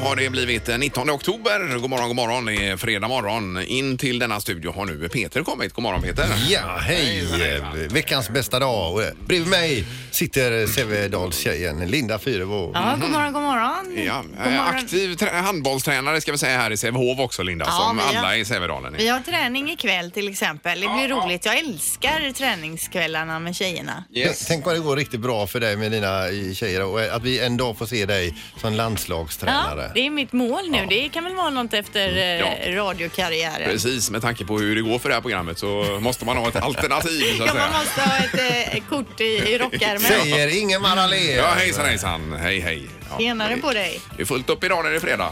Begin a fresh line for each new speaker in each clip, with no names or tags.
har det blivit eh, 19 oktober. God morgon, god morgon. Det är fredag morgon. In till denna studio har nu Peter kommit. God morgon Peter.
Ja, hej! eh, Veckans bästa dag. Och, eh, Bredvid mig sitter Sävedalstjejen Linda Fyrebo.
Ja, god morgon, god morgon.
Mm-hmm. Ja,
God
eh,
morgon.
aktiv trä- handbollstränare ska vi säga här i Sävehof också Linda,
Ja,
som
vi har-
alla i Sävedalen är.
Vi har träning ikväll till exempel. Det blir roligt. Jag älskar träningskvällarna med tjejerna.
Yes.
Tänk vad det går riktigt bra för dig med dina eh, tjejer och eh, att vi en dag får se dig som landslagstränare.
Ja, det är mitt mål nu. Det kan väl vara något efter eh, radiokarriären.
Mm, Precis, med tanke på hur det går för det här programmet så måste man ha ett alternativ så att
Ja, man
säga.
måste ha ett eh, kort i, i rockärmen.
Säger Ingemar Ahlén.
Ja, hejsan hejsan. Hej hej. Ja,
Tjenare på dig.
Det är fullt upp idag när det är fredag.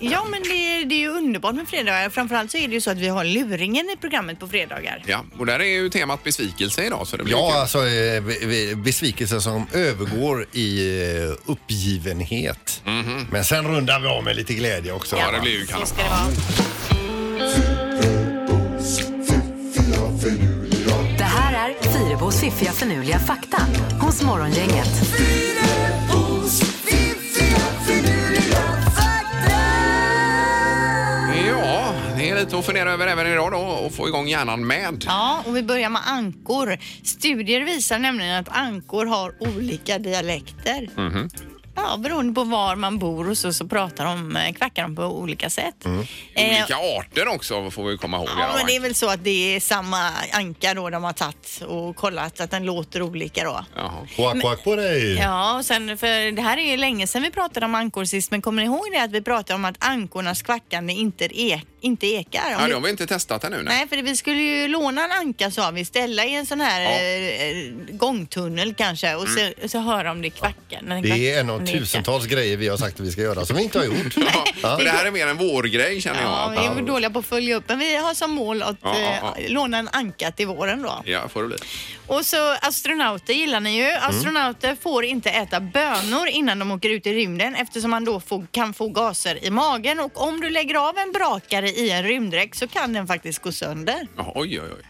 Ja, men det, det är ju underbart med fredagar. Framförallt så är det ju så att vi har luringen i programmet på fredagar.
Ja, och där är ju temat besvikelse idag. Så det blir
Ja,
kul.
alltså eh, be- be- besvikelse som övergår i eh, uppgivenhet. Men sen rundar vi av med lite glädje också.
Mhm. Ja, det blir ju kanon.
Så ska det vara.
Det här är Fyrabos fiffiga förnuliga fakta hos Morgongänget.
Ja, det är lite att fundera över även idag då och få igång hjärnan med.
Ja, och vi börjar med ankor. Studier visar nämligen att ankor har olika dialekter.
Mhm.
Ja, beroende på var man bor och så, så pratar de, eh, kvackar de på olika sätt. Eh,
Olika arter också får vi komma ihåg.
Ja,
här,
men
va?
det är väl så att det är samma anka då de har tagit och kollat att den låter olika då.
Jaha.
Quack, quack på dig!
Ja, och sen för det här är ju länge sedan vi pratade om ankor sist, men kommer ni ihåg det att vi pratade om att ankornas kvackande inte, e- inte ekar? Om
Ja,
vi-
det har vi inte testat ännu. Nej.
Nej, för vi skulle ju låna en anka sa vi, ställa i en sån här
Ja.
eh, gångtunnel kanske och så, och så höra om det kvackar. när den kvackar.
Det är en av
Den ekar.
tusentals grejer vi har sagt att vi ska göra som vi inte har gjort.
Ja, men det här är mer en vårgrej känner
Ja, vi
jag.
är väl dåliga på att följa upp, men vi har som mål att
Ja, ja,
eh,
ja.
låna en anka till våren då.
Ja, får det bli.
Och så astronauter gillar ni ju. Astronauter får inte äta bönor innan de åker ut i rymden eftersom man då får, kan få gaser i magen och om du lägger av en brakare i en rymddräkt så kan den faktiskt gå sönder.
Ja, oj, oj, oj.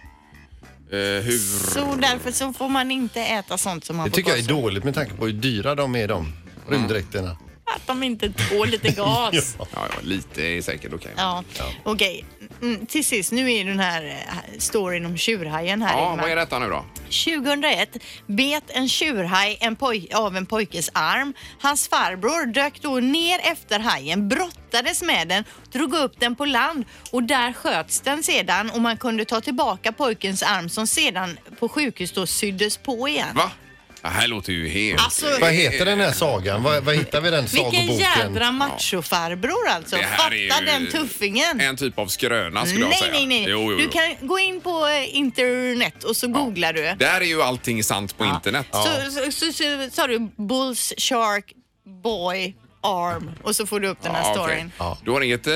Eh, hur?
Så därför så får man inte äta sånt som man
Det
får
tycker jag är
gaser.
dåligt med tanke på hur dyra de är
Mm.
de rymddräkterna.
Att de inte tål lite gas.
Ja, ja, lite är säkert okej.
Ja, okej. Mm, till sist, nu är den här eh, storyn om tjurhajen här
Ja,
Ingmar.
vad är detta nu då?
2001 bet en tjurhaj en poj- av en pojkes arm. Hans farbror dök då ner efter hajen, brottades med den, drog upp den på land och där sköts den sedan och man kunde ta tillbaka pojkens arm som sedan på sjukhus då syddes på igen.
Va? Det här låter ju helt...
Alltså,
Vad heter den här sagan? Vad, vad hittar vi den
vilken
sagoboken?
jädra machofarbror alltså.
Det här är
Fatta
ju
den tuffingen.
En typ av skröna skulle jag
nej,
säga.
nej, nej.
Jo, jo, jo.
Du kan gå in på eh, internet och så googlar du.
Där är ju allting sant på internet.
Så, så, så, så sa du Bulls Shark Boy Arm och så får du upp den här
Ja, okej.
storyn.
Ja. Du har inget eh,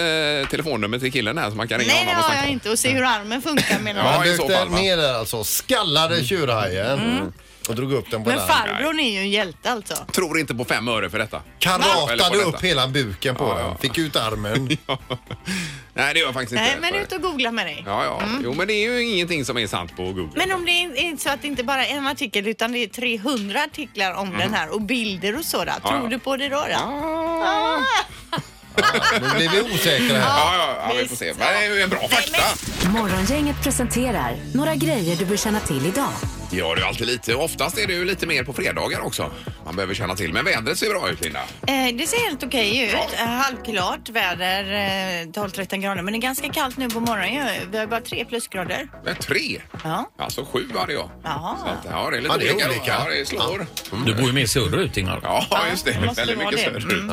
telefonnummer till killen här som man kan ringa
Nej, det
honom och
har
snacka
jag
med?
inte. Och se hur armen funkar menar
Ja,
Han
jag.
i
dök
så
där
fall, va? Mm.
ner där alltså, skallade tjurhajen och drog upp den på
Men
land.
farbrorn är ju en hjälte alltså.
Tror inte på fem öre för detta. Eller på
Karatade
detta.
upp hela buken på
Ja,
den,
ja.
fick ut armen.
Nej, det gör jag faktiskt
Nej,
inte.
men ut och googla med dig.
Ja, ja. Jo, men det är ju ingenting som är sant på Google.
Men om det är är så att det inte bara är en artikel utan det är 300 artiklar om den här och bilder och sådant.
Mm. Ja, ja.
Tror du på det då? då?
Ah.
Nu blir vi osäkra här.
Ja, ja, ja, vi får se. Men det är ju en bra fakta.
Morgongänget presenterar några grejer du bör känna till idag.
Ja, det är alltid lite. Oftast är det ju lite mer på fredagar också. Man behöver känna till. Men vädret ser bra ut, Linda.
Eh, det ser helt okej ut. Eh, Halvklart väder, eh, 12-13 grader. Men det är ganska kallt nu på morgonen. ju. Vi har bara 3 plusgrader.
Men tre?
Ja.
Alltså sju hade jag.
Jaha.
Så att, ja, det är lite
Ja, det är olika.
Ja, det slår.
Du bor ju mer söderut Ingmar.
Ja, just det.
det måste
Väldigt
vara
mycket
det.
söderut.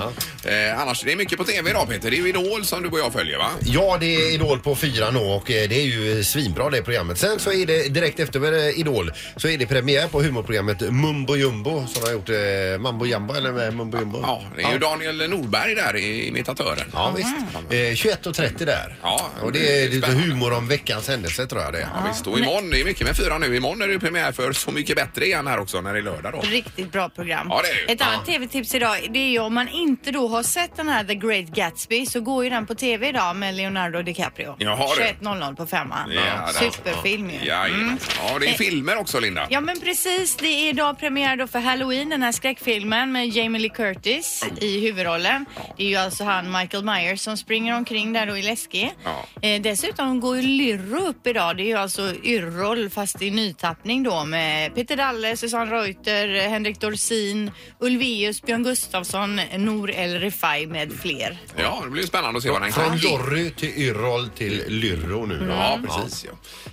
Eh, annars, det är mycket på tv idag, Peter. Det är ju Idol som du och jag följer, va?
Ja, det är Idol på fyran nu och eh, det är ju svinbra det programmet. Sen så är det direkt efter eh, Idol så är det premiär på humorprogrammet Mumbo Jumbo som har gjort eh, Mambo Jamba eller eh, Mumbo Jumbo.
Ja, det är ju Daniel Norberg där, i- imitatören.
Ja, visst. Eh, 21.30 där.
Ja,
och
det
det
är
är lite
spännande.
humor om veckans händelse tror jag det är.
Ja, visst, och imorgon, det är mycket med fyra nu. Imorgon är det ju premiär för Så mycket bättre igen här också när det är lördag då.
Riktigt bra program.
Ja, det är det ju.
Ett annat tv-tips idag det är ju om man inte då har sett den här The Great Gatsby så går ju den på tv idag med Leonardo DiCaprio.
Jaha, du.
21.00 på femman.
Ja, där.
Superfilm ju. Mm.
Ja, ja, det är filmer också också Linda.
Ja men precis, det är idag premiär då för Halloween, den här skräckfilmen med Jamie Lee Curtis i huvudrollen. Det är ju alltså han Michael Myers som springer omkring där då i läskig.
Ja.
Eh, dessutom går ju Lyrro upp idag, det är ju alltså Yrrol fast i nytappning då med Peter Dalle, Susanne Reuter, eh, Henrik Dorsin, Ulvaeus, Björn Gustafsson, Nour El Refai med fler.
Ja, det blir spännande att se vad den
Från
kan. Mm.
Jorry till Yrrol till Lyrro nu.
Ja, precis.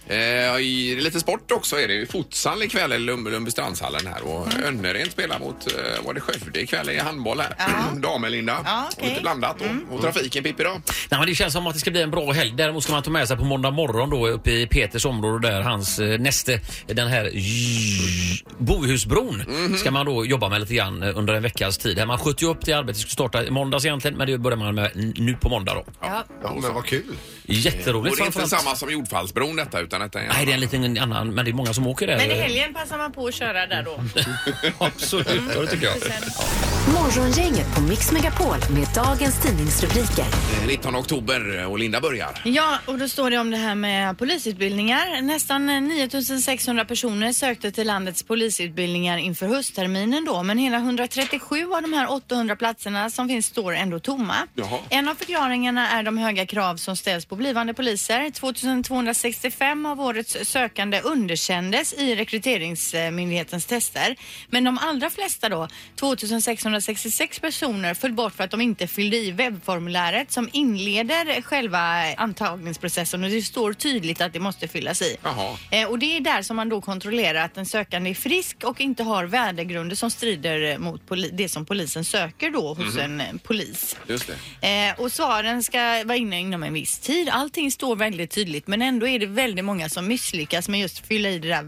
Ja. Eh, i, lite sport också är det ju. Futsal ikväll i Lund- Lundbystrandshallen här och Önnered spelar mot, eh, var det Skövde ikväll i handboll här. Damer Linda.
Ja, okej.
Och lite blandat då. Och trafiken Pippi då?
Nej, men det känns som att det ska bli en bra helg. Däremot ska man ta med sig på måndag morgon då uppe i Peters område där hans eh, näste, den här j- Bohusbron,
Mhm.
ska man då jobba med lite grann eh, under en veckas tid. Här man sköt ju upp det arbetet, skulle starta i måndags egentligen, men det börjar man med n- nu på måndag då.
Ja.
Ja, men vad kul.
Jätteroligt
Och det är inte
framförallt.
samma som Jordfallsbron detta utan detta är...
Nej, det är en liten annan, men det är många som åker där.
Men i helgen passar man på att köra där då.
Absolut, ja, det tycker jag.
Sen-
Morgongänget på Mix Megapol med dagens tidningsrubriker.
Eh, 19 oktober och Linda börjar.
Ja, och då står det om det här med polisutbildningar. Nästan eh, 9600 personer sökte till landets polisutbildningar inför höstterminen då, men hela 137 av de här 800 platserna som finns står ändå tomma.
Jaha.
En av förklaringarna är de höga krav som ställs på blivande poliser. 2265 av årets sökande underkändes i rekryteringsmyndighetens tester, men de allra flesta då, 2666 personer, föll bort för att de inte fyllde i webbformuläret som inleder själva antagningsprocessen och det står tydligt att det måste fyllas i.
Jaha.
Eh, Och det är där som man då kontrollerar att den sökande är frisk och inte har värdegrunder som strider eh, mot poli- det som polisen söker då hos en eh, polis.
Just det.
Eh, och svaren ska vara inne inom en viss tid. Allting står väldigt tydligt men ändå är det väldigt många som misslyckas med just fylla i det där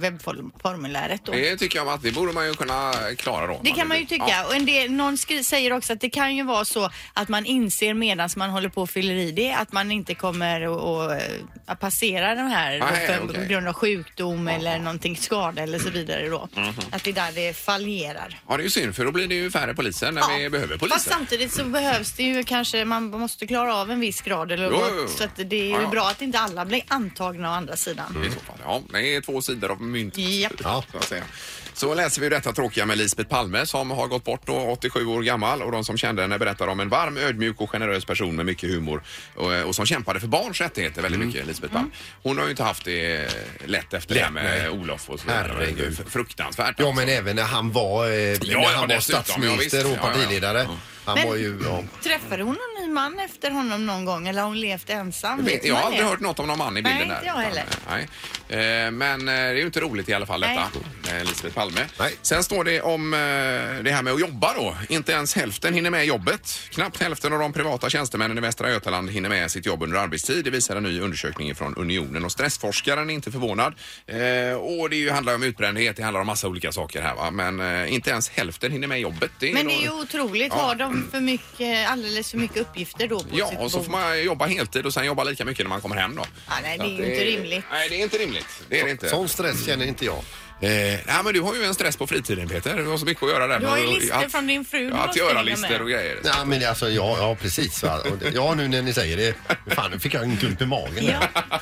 webbformuläret då.
Det tycker jag att det borde man ju kunna klara då.
Det kan man ju tycka.
Ja.
Och en del, någon skri- säger också att det kan ju vara så att man inser medan man håller på och fyller i det att man inte kommer att- att, eh, att passera den här då
Nej,
för,
okej.
på grund av sjukdom eller någonting, skada eller så vidare då.
Mhm.
Att det är där det fallerar.
Ja, det är ju synd för då blir det ju färre poliser när vi behöver
Fast
poliser.
samtidigt så behövs det ju kanske, man måste klara av en viss grad eller
Jo,
något,
jo, jo.
så att det är ju
Ja, ja.
bra att inte alla blir antagna å andra sidan.
I så fall. Ja, det är två sidor av myntet.
Japp.
Ja. Så, att säga. så läser vi ju detta tråkiga med Lisbeth Palme som har gått bort då, 87 år gammal och de som kände henne berättar om en varm, ödmjuk och generös person med mycket humor och, eh, och som kämpade för barns rättigheter väldigt
Mm.
mycket, Lisbeth Palme. Hon har ju inte haft det lätt efter det här med Olof och så vidare.
Herregud.
Det är ju Fruktansvärt.
Ja, men även när han var, eh,
ja,
när han var
dessutom. Ja,
statsminister
visst.
och
Ja, ja, ja.
partiledare.
Ja.
Han
Men-
var ju... Ja.
Träffade hon en ny man efter honom någon gång eller har hon levt ensam?
Vet, jag har
man
aldrig
det?
hört något om någon man i bilden
Nej,
där.
inte jag heller.
Utan, nej. Eh, Men eh, det är ju inte roligt i alla fall detta, eh, Lisbeth Palme.
Nej.
Sen står det om eh, det här med att jobba då. Inte ens hälften hinner med jobbet. Knappt hälften av de privata tjänstemännen i Västra Götaland hinner med sitt jobb under arbetstid. Det visar en ny undersökning från Unionen och stressforskaren är inte förvånad. Eh, Och det är ju- handlar om utbrändhet, det handlar om massa olika saker här va. Men eh, inte ens hälften hinner med jobbet. Det är
Men
då-
det är ju otroligt.
Ja.
Har de för mycket, alldeles för mycket uppgifter då på
Ja,
sitt
och så
bord?
får man jobba heltid och sen jobba lika mycket när man kommer hem då.
Ja, nej, det är
Så
ju
att
inte rimligt.
Nej, det är inte rimligt. Det är det inte.
Sån stress känner inte jag.
Eh, nej, men du har ju en stress på fritiden Peter. Du har så mycket att göra där.
Du har ju
Och-
listor
att-
från din fru du
Ja, att
måste
göra
hinna
listor
med.
och grejer.
Nej, men alltså, ja, ja precis. Va? Och det- Ja, nu när ni säger det. Fan, nu fick jag en klump i magen. där.
Ja.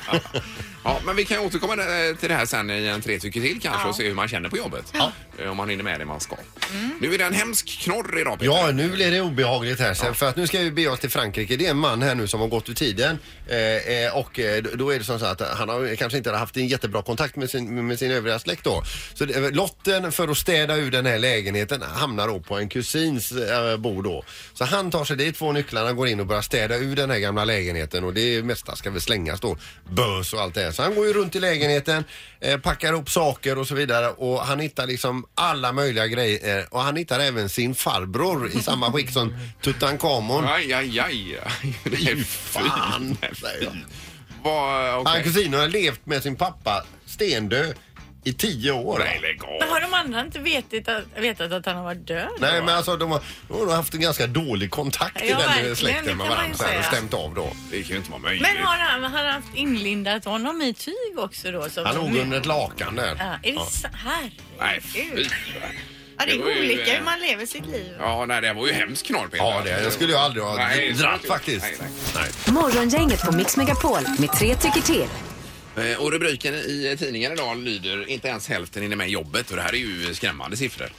Ja, men vi kan återkomma eh, till det här sen i en tre tycker till kanske
Ja.
och se hur man känner på jobbet. Eh, Om man hinner med det man ska.
Mm.
Nu är det en hemsk knorr idag Peter.
Ja, nu blir det obehagligt här sen. För att nu ska vi bege oss till Frankrike. Det är en man här nu som har gått ur tiden. Eh, eh, och eh, då är det som så att han har kanske inte haft en jättebra kontakt med sin, med sin övriga släkt då. Så det, eh, lotten för att städa ur den här lägenheten hamnar då på en kusins eh, bord då. Så han tar sig dit, får nycklarna, går in och börjar städa ur den här gamla lägenheten. Och det mesta ska väl slängas då. Bös och allt det här. Så han går ju runt i lägenheten, eh, packar upp saker och så vidare. Och han hittar liksom alla möjliga grejer. eh, Och han hittar även sin farbror i samma skick som Tutankhamon.
Aj, aj, aj. Nej, fy.
Fan, säger jag.
Vad,
Han
okej.
kusinen har levt med sin pappa stendö i tio år.
Nej, lägg av.
Men har de andra inte vetat att, vetat att han har varit död?
Nej men alltså de har, de har haft en ganska dålig kontakt i
Ja,
den här
verkligen, det
släkten med
kan man ju
varandra så här och
säga.
stämt av då.
Det kan ju inte vara möjligt.
Men har han, har han haft inlindat honom i tyg också då? Som
Han låg under ett lakan
Ja,
där.
är det sant?
Nej,
Herregud.
fy.
Ja, det
Det var
är
ju,
olika
eh,
hur man lever sitt liv.
Ja, nej, det var ju hemskt knorr Peter.
Ja, det, det skulle jag aldrig ha
Nej,
dratt
det-
faktiskt.
nej, nej.
Morgongänget på Mix Megapol med tre tycker till.
Eh, Och rubriken i tidningen idag lyder inte ens hälften hinner med jobbet och det här är ju skrämmande siffror.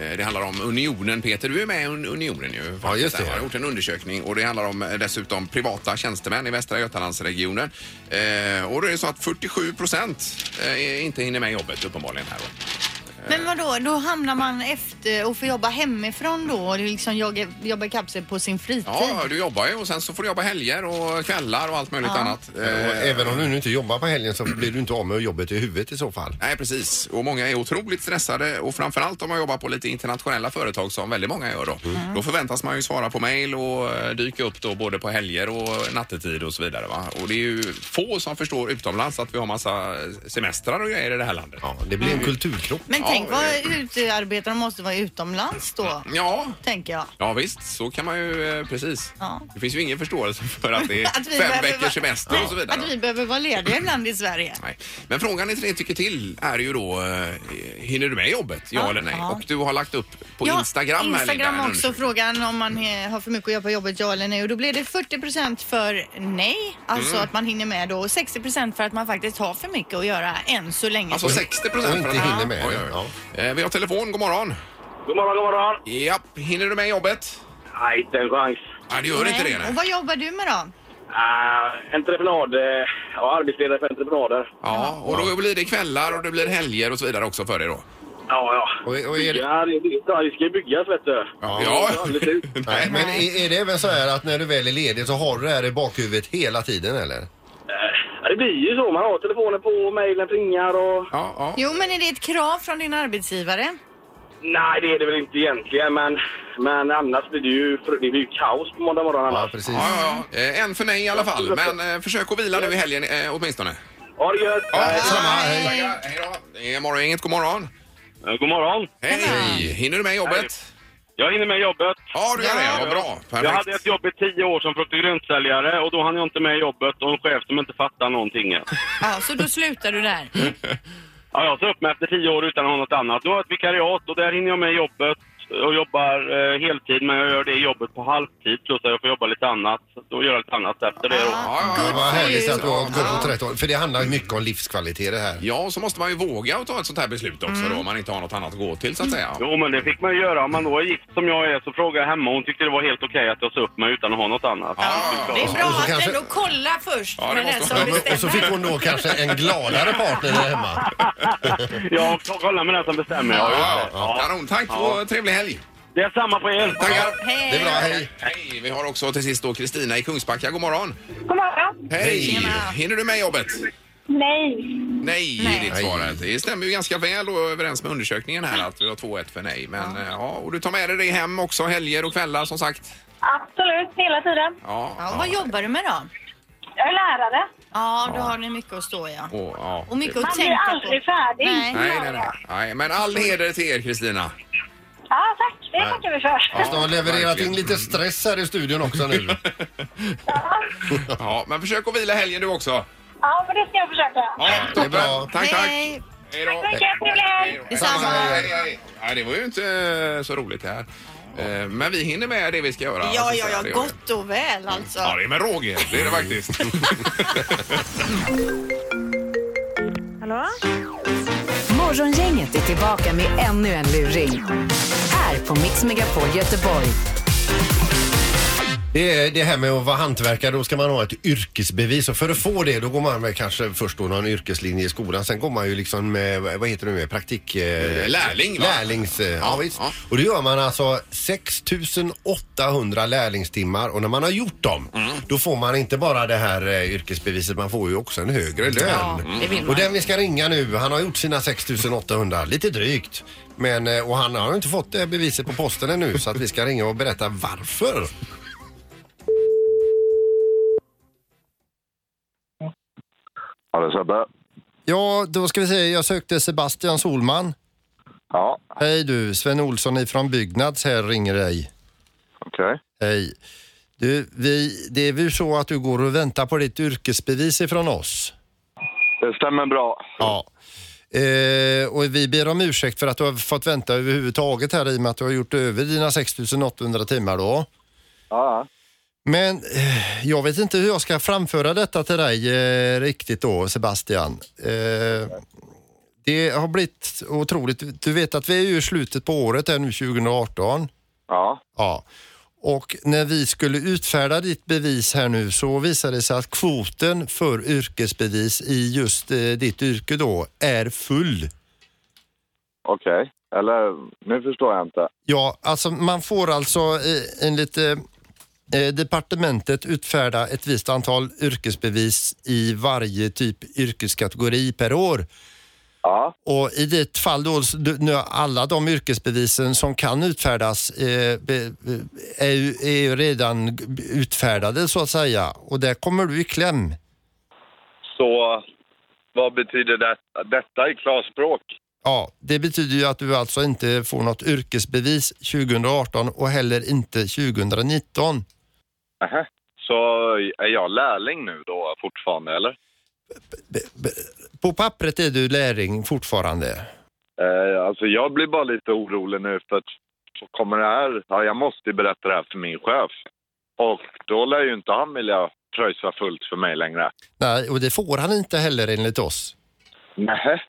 Eh, Det handlar om Unionen. Peter, du är med i Un- Unionen ju. faktiskt.
Ja, just det.
Jag har gjort en undersökning och det handlar om eh, dessutom privata tjänstemän i Västra Götalandsregionen. Eh, och då är det så att 47 procent eh, inte hinner med jobbet uppenbarligen här då.
Men vadå, då hamnar man efter och får jobba hemifrån då och liksom jobba, jobba ikapp sig på sin fritid?
Ja, du jobbar ju och sen så får du jobba helger och kvällar och allt möjligt annat.
Och
Eh,
även om du nu inte jobbar på helgen så blir du inte av med jobbet i huvudet i så fall.
Nej, precis. Och många är otroligt stressade och framförallt om man jobbar på lite internationella företag som väldigt många gör då. Mm. Då förväntas man ju svara på mejl och eh, dyka upp då både på helger och nattetid och så vidare va. Och det är ju få som förstår utomlands att vi har massa eh, semestrar och grejer i det här landet.
Ja, det
Mm.
blir en kulturkrock.
Men
Ja,
tänk vad
eh.
utearbetarna måste vara utomlands då,
Ja.
tänker jag.
Ja visst, så kan man ju eh, precis.
Ja.
Det finns ju ingen förståelse för att det är
Att vi
fem
behöver
veckors
vara-
semester och så vidare.
Att vi behöver vara lediga ibland i Sverige.
Nej. Men frågan i tre tycker till är ju då, eh, hinner du med jobbet? Ja,
Ja,
eller nej?
ja.
Och du har lagt upp på
Ja,
Instagram. här, Linda,
Instagram
en
också frågan om man eh, har för mycket att göra på jobbet, ja eller nej. Och då blir det 40 för nej, alltså
Mm.
att man hinner med då. Och 60 för att man faktiskt har för mycket att göra än så länge.
Alltså 60 procent.
Och inte hinner med.
Oj, oj, oj. Eh, Vi har telefon, god morgon.
God morgon, god morgon.
Japp, hinner du med jobbet?
Nej, inte en chans.
Nej, det gör inte det.
Och
Nej.
vad jobbar du med då?
Ah, entreprenad. eh, Ja, arbetsledare för entreprenader.
Ja, och då blir det kvällar och det blir helger och så vidare också för dig då.
Ja, ja.
Och, och är det,
Ja, det, det, ja, det ska ju byggas, vet du.
Ja.
Det är aldrig slut.
nej, men är, är det även så här att när du väl är ledig så har du det här i bakhuvudet hela tiden eller?
Ja, det blir ju så. Man har telefonen på, mejlen plingar och...
Ja, ja.
Jo, men är det ett krav från din arbetsgivare?
Nej, det är det väl inte egentligen, men, men annars blir det ju, fr- det blir ju kaos på måndag morgon
Ja,
annars.
precis.
Ja, ja, ja. Eh, En för nej i alla fall, men eh, försök att vila nu i helgen eh, åtminstone.
Ha det gött!
Ja,
Hej.
detsamma. Hej. Tackar. Hej då. Det är morgongänget, god morgon.
God morgon!
Hej! Hinner du med jobbet?
Jag hinner med jobbet.
Ja, du gör det. Vad bra.
Jag hade ett
Perfekt.
jobb i tio år som frukt-och-grönt-säljare och då hann jag inte med jobbet och en chef som inte fattar någonting. än.
Ja, så då slutar du där.
Ja, jag sa upp mig efter tio år utan att ha något annat. Nu har jag ett vikariat och där hinner jag med jobbet och jobbar eh, heltid men jag gör det jobbet på halvtid plus att jag får jobba lite annat och göra lite annat efter det.
Ah.
Då.
Ja, ja,
Ja,
ja.
Vad härligt att du har
Ja.
gått på 13 För det handlar ju mycket om livskvalitet det här.
Ja, och så måste man ju våga att ta ett sånt här beslut också då, om man inte har något annat att gå till så att säga.
Jo, men det fick man ju göra. Om man då är gift som jag är så frågade jag hemma hon tyckte det var helt okej att jag sa upp mig utan att ha något annat.
Ja.
Det är bra
Och så
att
kanske-
ändå kolla först alltså,
Ja, det
med den
måste
som
man.
bestämmer.
Och så fick hon då kanske en gladare partner där hemma.
Ja, kolla med den som bestämmer. Ja, just
Ja,
det.
ja.
Ja.
Kanon, tack och trevlig helg.
det är samma på er.
Tackar.
Det är bra,
Eh.
hej.
Hej, vi har också till sist då Kristina i Kungsbacka. God morgon.
God morgon.
Hej! Hinner du med jobbet?
Nej.
Nej,
Nej.
är ditt svar. här. Det stämmer ju ganska väl då överens med undersökningen här att vi har 2-1 för nej. Men eh, ja, och du tar med dig det hem också helger och kvällar som sagt.
Absolut, hela tiden.
Ja,
Ja, vad jobbar du med då?
Jag är lärare.
Ja, då har ni mycket att stå i. Ja.
Och, ja.
Och mycket
Man
att
blir
tänka på.
aldrig färdig.
Nej.
Nej, nej, nej, nej. Men all heder till er Kristina.
Ja, tack. Det tackar vi för.
Fast de Alltså, har levererat in lite stress här i studion också nu.
Ja, men försök att vila helgen du också.
Ja, men det ska jag försöka.
Ja,
Det är bra.
Tack, tack. Hej
Hej.
då.
Tack så mycket. Trevlig helg.
då.
Detsamma.
Hej, hej, hej. Nej, det var ju inte eh, så roligt det här. Eh, Men vi hinner med det vi ska göra. Alltså,
Ja,
så
ja,
att säga. Det
ja,
gör vi.
gott och väl alltså.
Ja, det är med råge. Det är det faktiskt.
Morgongänget är tillbaka med ännu en luring. Här på Mix Megapol Göteborg.
Det, är det här med att vara hantverkare, då ska man ha ett yrkesbevis och för att få det då går man väl kanske först då någon yrkeslinje i skolan. Sen går man ju liksom med, vad heter det nu, med praktik... eh,
Lärling, va?
Lärlings... eh, Ja, visst.
ja.
Och det gör man alltså 6800 lärlingstimmar och när man har gjort dem då får man inte bara det här eh, yrkesbeviset, man får ju också en högre lön.
Ja, det vill man.
Och den vi ska ringa nu, han har gjort sina 6800, lite drygt. Men, eh, och han har inte fått det här beviset på posten ännu så att vi ska ringa och berätta varför.
Ja, det är Sebbe.
Ja, då ska vi se. Jag sökte Sebastian Solman.
Ja,
Hej du, Sven Olsson ifrån Byggnads här ringer dig.
okej.
Hej. Du, vi, det är väl så att du går och väntar på ditt yrkesbevis ifrån oss?
Det stämmer bra.
Ja. Eh, och vi ber om ursäkt för att du har fått vänta överhuvudtaget här i och med att du har gjort över dina 6800 timmar då.
Ja,
Men eh, jag vet inte hur jag ska framföra detta till dig eh, riktigt då, Sebastian. Eh, det har blivit otroligt. Du vet att vi är ju i slutet på året här nu 2018.
Ja.
Ja. Och när vi skulle utfärda ditt bevis här nu så visade det sig att kvoten för yrkesbevis i just eh, ditt yrke då är full.
Okej. Eller, nu förstår jag inte.
Ja, alltså man får alltså eh, enligt eh, eh, departementet utfärda ett visst antal yrkesbevis i varje typ yrkeskategori per år.
Ja.
Och i ditt fall då, så du- nu alla de yrkesbevisen som kan utfärdas eh, be- be- är, ju, är ju redan g- utfärdade så att säga och där kommer du i kläm.
Så vad betyder det, detta i klarspråk?
Ja, det betyder ju att du alltså inte får något yrkesbevis 2018 och heller inte 2019.
Nähä. Så är jag lärling nu då fortfarande, eller?
På pappret är du lärling fortfarande.
Eh, alltså jag blir bara lite orolig nu för att så kommer det här, ja, jag måste ju berätta det här för min chef. Och då lär ju inte han vilja pröjsa fullt för mig längre.
Nej, och det får han inte heller enligt oss.
Nähä.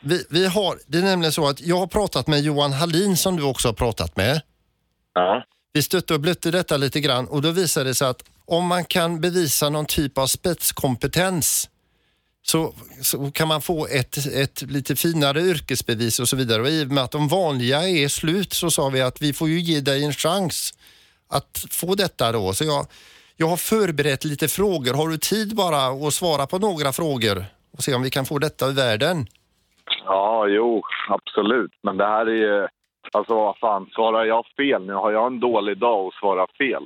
Vi, vi har, det är nämligen så att jag har pratat med Johan Hallin som du också har pratat med.
Ja.
Vi stötte och blötte detta lite grann och då visade det sig att om man kan bevisa någon typ av spetskompetens så, så kan man få ett, ett lite finare yrkesbevis och så vidare. Och i och med att de vanliga är slut så sa vi att vi får ju ge dig en chans att få detta då. Så jag, jag har förberett lite frågor. Har du tid bara att svara på några frågor och se om vi kan få detta i världen?
Ja, jo, absolut. Men det här är ju... Alltså vad fan, svarar jag fel nu har jag en dålig dag och svarar fel.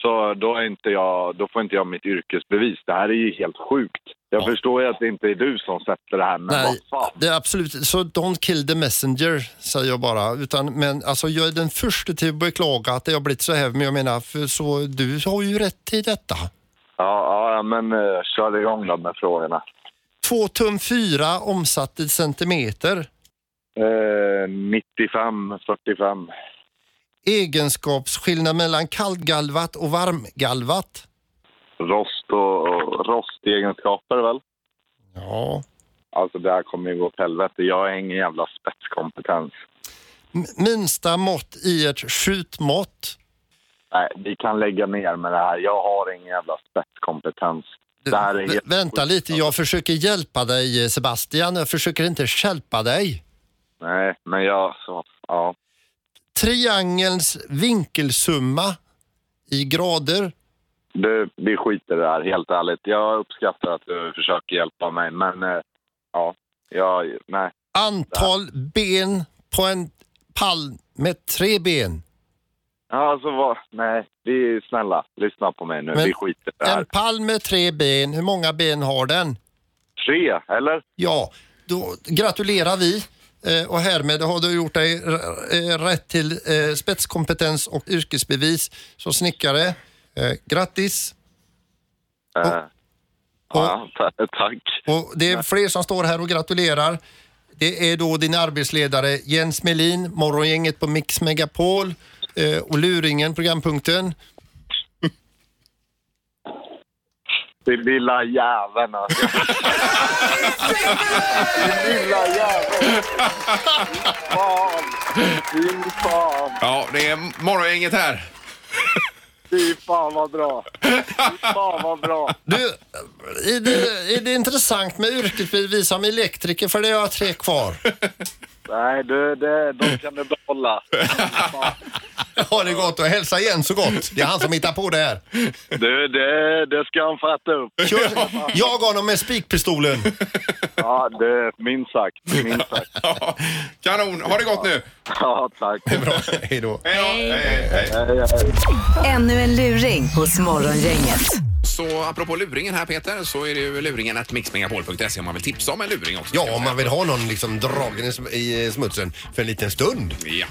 Så då, är inte jag, då får inte jag mitt yrkesbevis. Det här är ju helt sjukt. Jag förstår ju att det inte är du som sätter det här, men
Nej,
vad fan.
det är absolut så don't kill the messenger säger jag bara. Utan, men alltså, jag är den första till att beklaga att det har blivit så här. Men jag menar, för, så, du har ju rätt i detta.
Ja, ja men uh, kör igång då med frågorna.
Två tum fyra omsatt i centimeter.
Eh, 95, 45.
Egenskapsskillnad mellan kallgalvat och varmgalvat.
Rost och, och rostegenskaper väl?
Ja.
Alltså det här kommer ju gå åt helvete. Jag har ingen jävla spetskompetens.
M- minsta mått i ett skjutmått.
Nej, vi kan lägga ner med det här. Jag har ingen jävla spetskompetens. Det här är
Vä-
helt
vänta
sjukt, alltså.
lite, jag försöker hjälpa dig eh, Sebastian. Jag försöker inte stjälpa dig.
Nej, men jag... Så, ja.
triangelns vinkelsumma i grader.
Du, vi skiter i det här, helt ärligt. Jag uppskattar att du försöker hjälpa mig, men... eh, Ja, jag... Nej.
Antal ben på en pall med tre ben.
Ja, Alltså, vad... Nej, vi... Snälla, lyssna på mig nu.
Men-
vi skiter i det här.
En pall med tre ben, hur många ben har den?
Tre, eller?
Ja, då gratulerar vi eh, och härmed har du gjort dig r- eh, rätt till eh, spetskompetens och yrkesbevis som snickare. Eh, Grattis!
Eh, ja, ta- tack.
Och det är fler som står här och gratulerar. Det är då din arbetsledare Jens Melin, Morgongänget på Mix Megapol eh, och Luringen, programpunkten.
Din lilla jäveln, alltså. Din lilla jäveln. Fan. Din fan.
Ja, det är morgongänget här.
Fy fan vad bra. Fy fan vad bra.
Du, är det, är det intressant med yrkesbevis som elektriker? För det har jag tre kvar.
Nej, du, det, de kan du behålla.
Har det gått och hälsa Jens så gott. Det är han som hittar på det här.
Du, det, det ska han fatta upp.
Kör, jag honom med spikpistolen.
Ja, det Eh, minst sagt. Minst sagt.
Ja, kanon. Har det gått nu?
Ja, tack.
Bra, hej då.
Hej, då. hej, hej, hej.
Hej, hej.
Ännu en luring hos Morgongänget.
Så apropå luringen här Peter så är det ju luringen att mixmegapol.se om man vill tipsa om en luring också.
Ja, om man vill ha någon liksom dragen i sm- i smutsen för en liten stund.
Ja.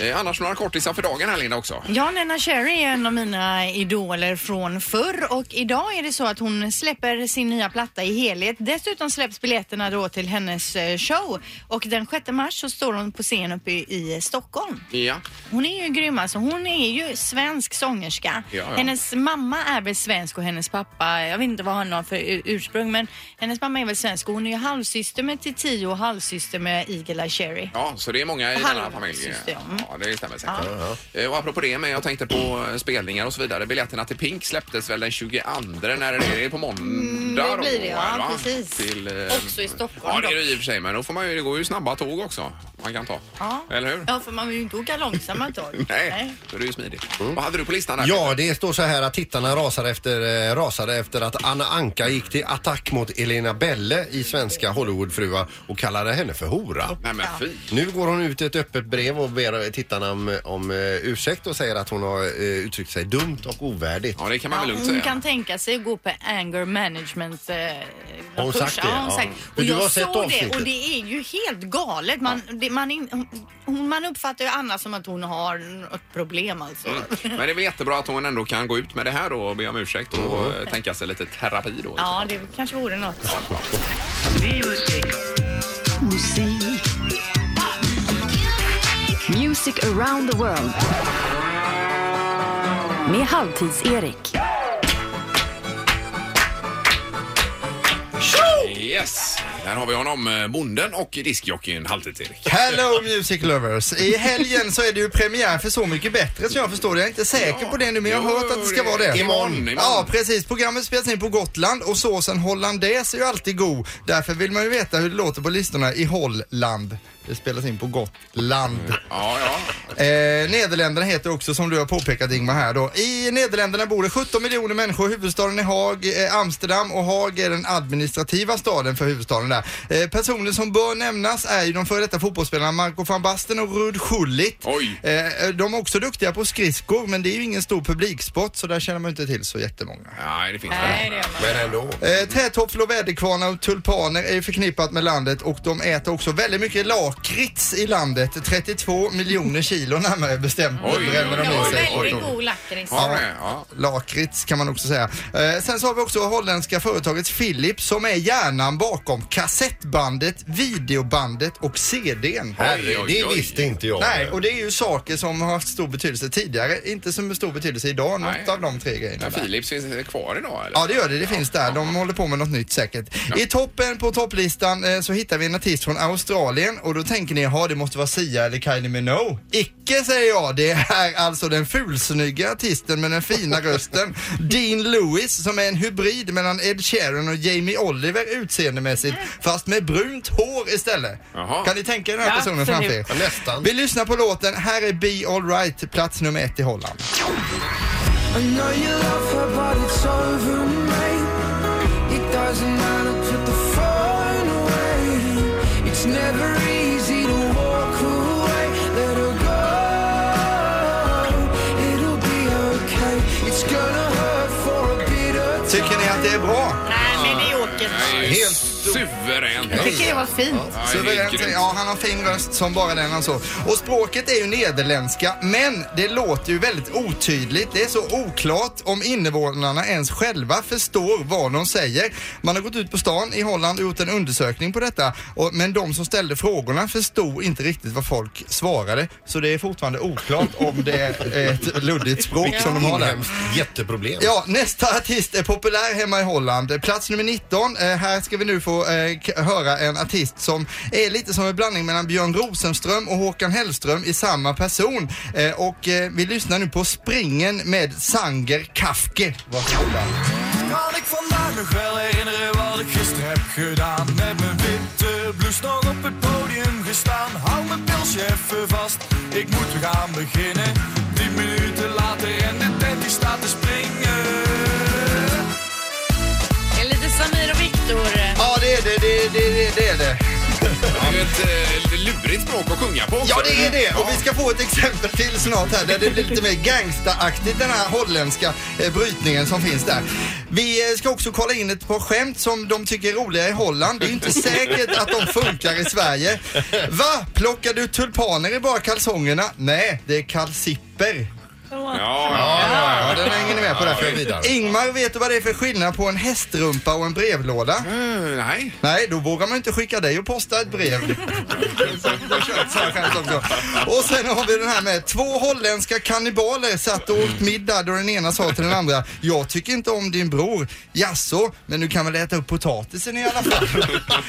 Eh, annars några kortisar för dagen här Linda också.
Ja, Nena Cherry är en av mina idoler från förr och idag är det så att hon släpper sin nya platta i helhet. Dessutom släpps biljetterna då till hennes eh, show och den 6 mars så står hon på scen uppe i, i Stockholm.
Ja.
Hon är ju grym alltså. Hon är ju svensk sångerska.
Ja, ja.
Hennes mamma är väl svensk och hennes pappa, jag vet inte vad han har för u- ursprung, men hennes mamma är väl svensk och hon är ju halvsyster med Tio och halvsyster med Eagle-Eye Cherry.
Ja, så det är många i
Halva
denna familj.
system.
Ja, det stämmer säkert. Eh, Och apropå det, men jag tänkte på eh, spelningar och så vidare. Biljetterna till Pink släpptes väl den 22, när är det? det är på måndag.
Mm, det blir det,
då,
ja,
va?
precis.
Till, eh,
Också i Stockholm
Ja, det är det
dock.
i och för sig, men då får man ju, det går ju snabba tåg också man kan ta.
Ja.
Eller hur?
Ja, för man vill ju inte åka långsamma tåg.
Nej, då är det ju smidigt. Vad hade du på listan? Här?
Ja, det står så här att tittarna rasar efter, eh, rasade efter att Anna Anka gick till attack mot Elena Belle i svenska Hollywoodfruar och kallade henne för hora.
Nej, men fy.
Nu går hon ut i ett öppet brev och ber tittarna om, om eh, ursäkt och säger att hon har eh, uttryckt sig dumt och ovärdigt.
Ja, det kan man
Ja,
väl lugnt
hon
säga.
kan tänka sig att gå på anger management eh,
Har hon
kurs.
sagt det?
Ja, hon
Ja.
sagt.
Men
Och
du
jag
har sett
såg det och
avsnittet.
det är ju helt galet. Man, det, man, in, hon, man uppfattar ju Anna som att hon har ett problem alltså.
Men det är väl jättebra att hon ändå kan gå ut med det här då och be om ursäkt och eh, tänka sig lite terapi då.
Ja, det kanske vore något.
Music around the world. Med Halvtids-Erik.
Yes! Där har vi honom, eh, bonden och diskjockeyn Halvtids-Erik.
Hello music lovers! I helgen så är det ju premiär för Så mycket bättre som jag förstår det. Jag är inte säker
Ja.
på det nu men jag har
Jo,
hört att det ska
det-
vara det.
imorgon, imorgon.
Ja precis, programmet spelas in på Gotland och såsen hollandaise är ju alltid god. Därför vill man ju veta hur det låter på listorna i Holland. Det spelas in på Gotland.
Ja, ja.
Eh, Nederländerna heter också som du har påpekat Ingmar här då. I Nederländerna bor det 17 miljoner människor. Huvudstaden är Haag, eh, Amsterdam och Haag är den administrativa staden för huvudstaden där. Eh, personer som bör nämnas är ju de före detta fotbollsspelarna Marco van Basten och Ruud Gullit.
Oj.
Eh, de är också duktiga på skridskor men det är ju ingen stor publiksport så där känner man inte till så jättemånga.
Nej, det finns
Nej,
det.
det gör man.
Men ändå.
Eh, Trätofflor, väderkvarnar och tulpaner är ju förknippat med landet och de äter också väldigt mycket lakrits i landet. 32 miljoner kilo närmare bestämt.
Oj,
bränner de
oj,
i
oj,
sig.
oj,
väldigt god lakrits.
Har det? Ja.
Lakrits kan man också säga. Eh, sen så har vi också holländska företaget Philips som är hjärnan bakom kassettbandet, videobandet och CDn.
Oj,
Herre,
oj,
det
oj.
visste inte jag.
Nej, och det är ju saker som har haft stor betydelse tidigare, inte så stor betydelse idag, något
Nej.
av de tre grejerna.
Men
där.
Philips finns kvar idag eller?
Ja det gör det, det finns där. De håller på med något nytt säkert. I toppen på topplistan eh, så hittar vi en artist från Australien och då tänker ni, ja det måste vara Sia eller Kylie Minogue. Icke säger jag, det är alltså den fulsnygga artisten med den fina rösten, Dean Lewis, som är en hybrid mellan Ed Sheeran och Jamie Oliver utseendemässigt, fast med brunt hår istället.
Jaha.
Kan ni tänka er den här
Ja,
personen framför er?
absolut.
Ja, Nästan.
Vi lyssnar på låten Här är Be Alright, plats nummer ett i Holland. Tycker ni att det är bra?
Nej, men det är åket.
Helt suveränt.
Jag tycker det var fint.
Ja, det är
Suveränt.
grymt.
Ja, han har fin röst som bara den alltså. Och språket är ju nederländska, men det låter ju väldigt otydligt. Det är så oklart om invånarna ens själva förstår vad de säger. Man har gått ut på stan i Holland och gjort en undersökning på detta, och, men de som ställde frågorna förstod inte riktigt vad folk svarade. Så det är fortfarande oklart om det är ett luddigt språk som de har där.
Inhemskt jätteproblem.
Ja, nästa artist är populär hemma i Holland. Plats nummer 19. Eh, här ska vi nu få eh, k- höra en artist som är lite som en blandning mellan Björn Rosenström och Håkan Hellström i samma person. Eh, och eh, vi lyssnar nu på Springen med Sanger Kafke. Varsågoda.
Kan ik vandaag nog wel herinneren wat ik gisteren heb gedaan. Met mijn witte blouse nog op het podium gestaan. Hou mijn pilsje even vast, ik moet weer gaan beginnen. Tien minuten later en de tent die staat te springen.
Det är lite Samir och Viktor. eh,
Ja, det är det, det, det, det, det är det.
Det är ju ett eh, lurigt språk att sjunga på också.
Ja, det är det.
Ja.
Och vi ska få ett exempel till snart här där det blir lite mer gangsteraktigt den här holländska eh, brytningen som finns där. Vi eh, ska också kolla in ett par skämt som de tycker är roliga i Holland. Det är ju inte säkert att de funkar i Sverige. Va? Plockar du tulpaner i bara kalsongerna? Nej, det är kalsipper.
Ja, ja, ja.
Ja, den hänger ni med på där.
vi vidare.
Ingmar, vet du vad det är för skillnad på en hästrumpa och en brevlåda?
Eh, nej.
Nej, då vågar man inte skicka dig och posta ett brev. Jag kör ett sånt skämt också. och sen har vi den här med två holländska kannibaler satt och åt middag då den ena sa till den andra Jag tycker inte om din bror. Jaså, men du kan väl äta upp potatisen i alla fall?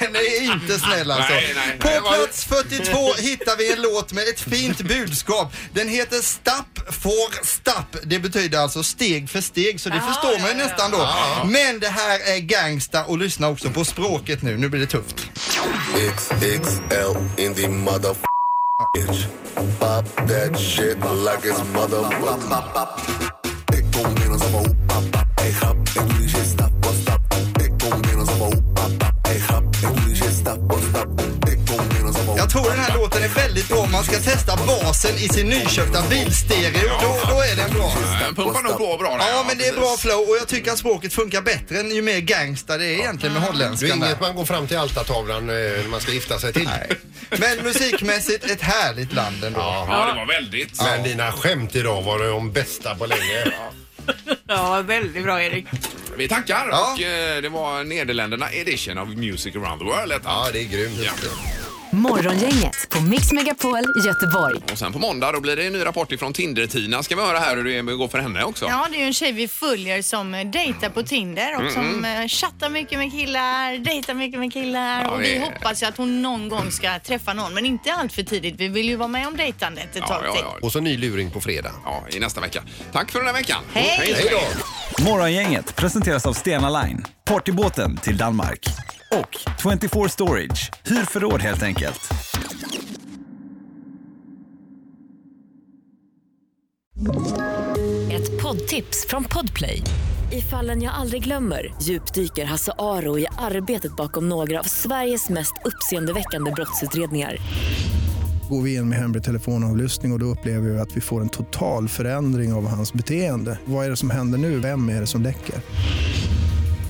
den är inte snäll alltså.
Nej, nej, nej.
På plats 42 hittar vi en låt med ett fint budskap. Den heter Stapp for Stapp. Det betyder alltså steg för steg så det förstår man ju nästan då. Men det här är gangsta och lyssna också på språket nu. Nu blir det tufft.
XXL in the mother Pop that shit like it's mother Ik kom binnen som en hoepap. Ey grap, ik doe die shit stap voor stap. Ik kom binnen som en hoepap. Ey grap, ik doe die shit stap voor stap. Ik kom binnen som en
Jag tror den här låten är väldigt bra om man ska testa basen i sin nyköpta bilstereo. Då, då är den bra.
Den pumpar nog på bra där.
Ja, men det är bra
precis.
flow och jag tycker att språket funkar bättre än ju mer gangsta det är egentligen med
Det är
holländskan där.
inget man går fram till altartavlan eh, när man ska gifta sig till.
Men musikmässigt ett härligt land ändå.
Ja, det var väldigt.
Men dina skämt idag var de bästa på länge.
Ja, väldigt bra Erik.
Vi tackar
Ja.
och eh, det var Nederländerna edition av Music around the world. detta.
Ja, det är grymt.
Ja.
Morgongänget på Mix Megapol Göteborg.
Och sen på måndag då blir det en ny rapport ifrån Tinder-Tina. Ska vi höra här hur det går för henne också.
Ja, det är ju en tjej vi följer som eh, dejtar på Tinder och
Mm,
som eh, chattar mycket med killar, dejtar mycket med killar
Ja,
och
det
vi
är-
hoppas ju att hon någon gång ska träffa någon men inte allt för tidigt. Vi vill ju vara med om dejtandet ett
ja,
tag till.
ja, ja.
Och så ny luring på fredag.
ja i nästa vecka. Tack för den här veckan.
Hej!
Hej då!
Morgongänget presenteras av Stena Line, partybåten till Danmark. Och 24 Storage, hyr förråd helt enkelt.
Ett poddtips från Podplay. I fallen jag aldrig glömmer djupdyker Hasse Aro i arbetet bakom några av Sveriges mest uppseendeväckande brottsutredningar.
Går vi in med hemlig telefonavlyssning och, och då upplever vi att vi får en total förändring av hans beteende. Vad är det som händer nu? Vem är det som läcker?